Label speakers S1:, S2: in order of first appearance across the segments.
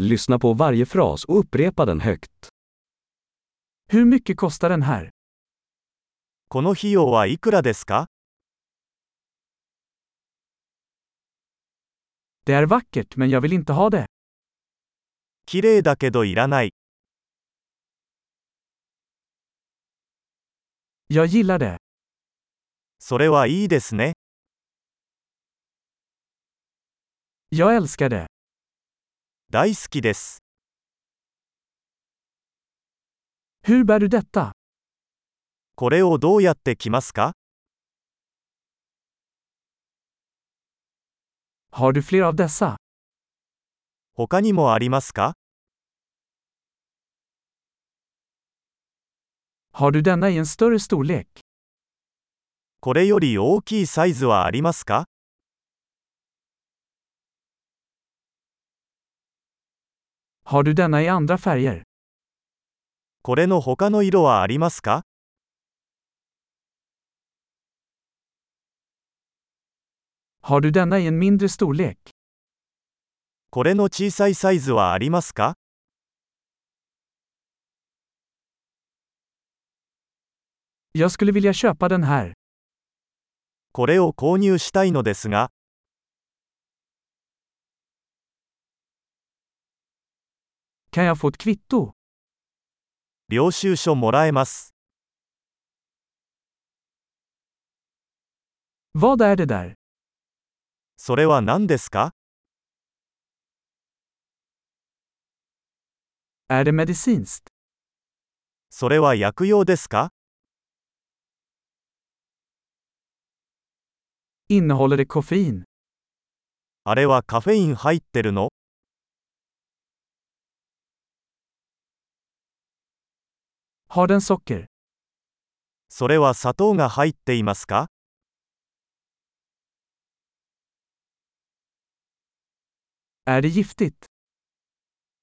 S1: Lyssna på varje fras och upprepa den högt.
S2: Hur mycket kostar den här?
S3: この費用はいくらですか
S2: Det är vackert men jag vill inte ha det.
S3: 綺麗だけどいらない。
S2: Jag gillar det.
S3: それはいいですね。
S2: Jag älskar det.
S3: 大好きです。
S2: Hur bär du detta?
S3: これをどうやって着ますか
S2: Har du fler av dessa?
S3: 他にもありますか
S2: Har du denna i en större storlek?
S3: これより大きいサイズはありますか
S2: Har du denna i andra färger?
S3: これの他の色はありますか
S2: Har du denna i en mindre storlek?
S3: これの小さいサイズはありますか
S2: Jag skulle vilja köpa den här.
S3: これを購入したいのですが、
S2: Kan jag få ett kvitto?
S3: 領収書もらえます。
S2: Vad är det där?
S3: それは何ですか
S2: Är det medicinskt?
S3: それは薬用ですか
S2: Innehåller det koffein?
S3: あれはカフェイン入ってるの
S2: Har den socker?
S3: それは砂糖が入っていますか
S2: Är det giftigt?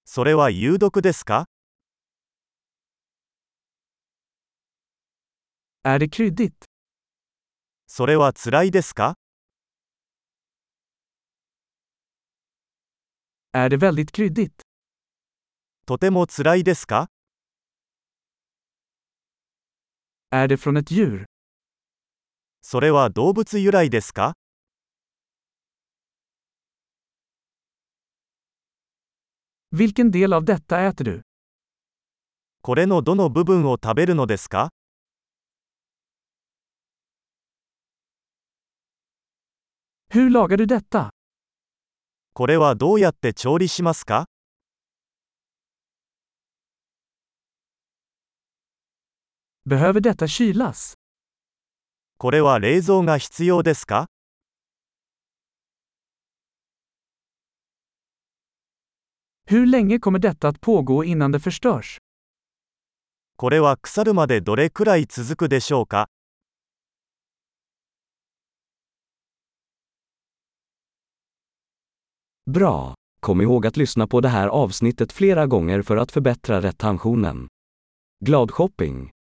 S3: それは有毒ですか
S2: Är det kryddigt?
S3: それは辛いですか
S2: Är det väldigt kryddigt?
S3: とても辛いですか
S2: Är det från ett djur?
S3: それは動物由来ですか
S2: Vilken del av detta äter du?
S3: これのどの部分を食べるのですか
S2: Hur lagar du detta?
S3: これはどうやって調理しますか
S2: Behöver detta kylas?
S3: これは冷蔵が必要ですか
S2: Hur länge kommer detta att pågå innan det förstörs?
S3: これは腐るまでどれくらい続くでしょうか
S1: Bra! Kom ihåg att lyssna på det här avsnittet flera gånger för att förbättra retentionen. Glad shopping!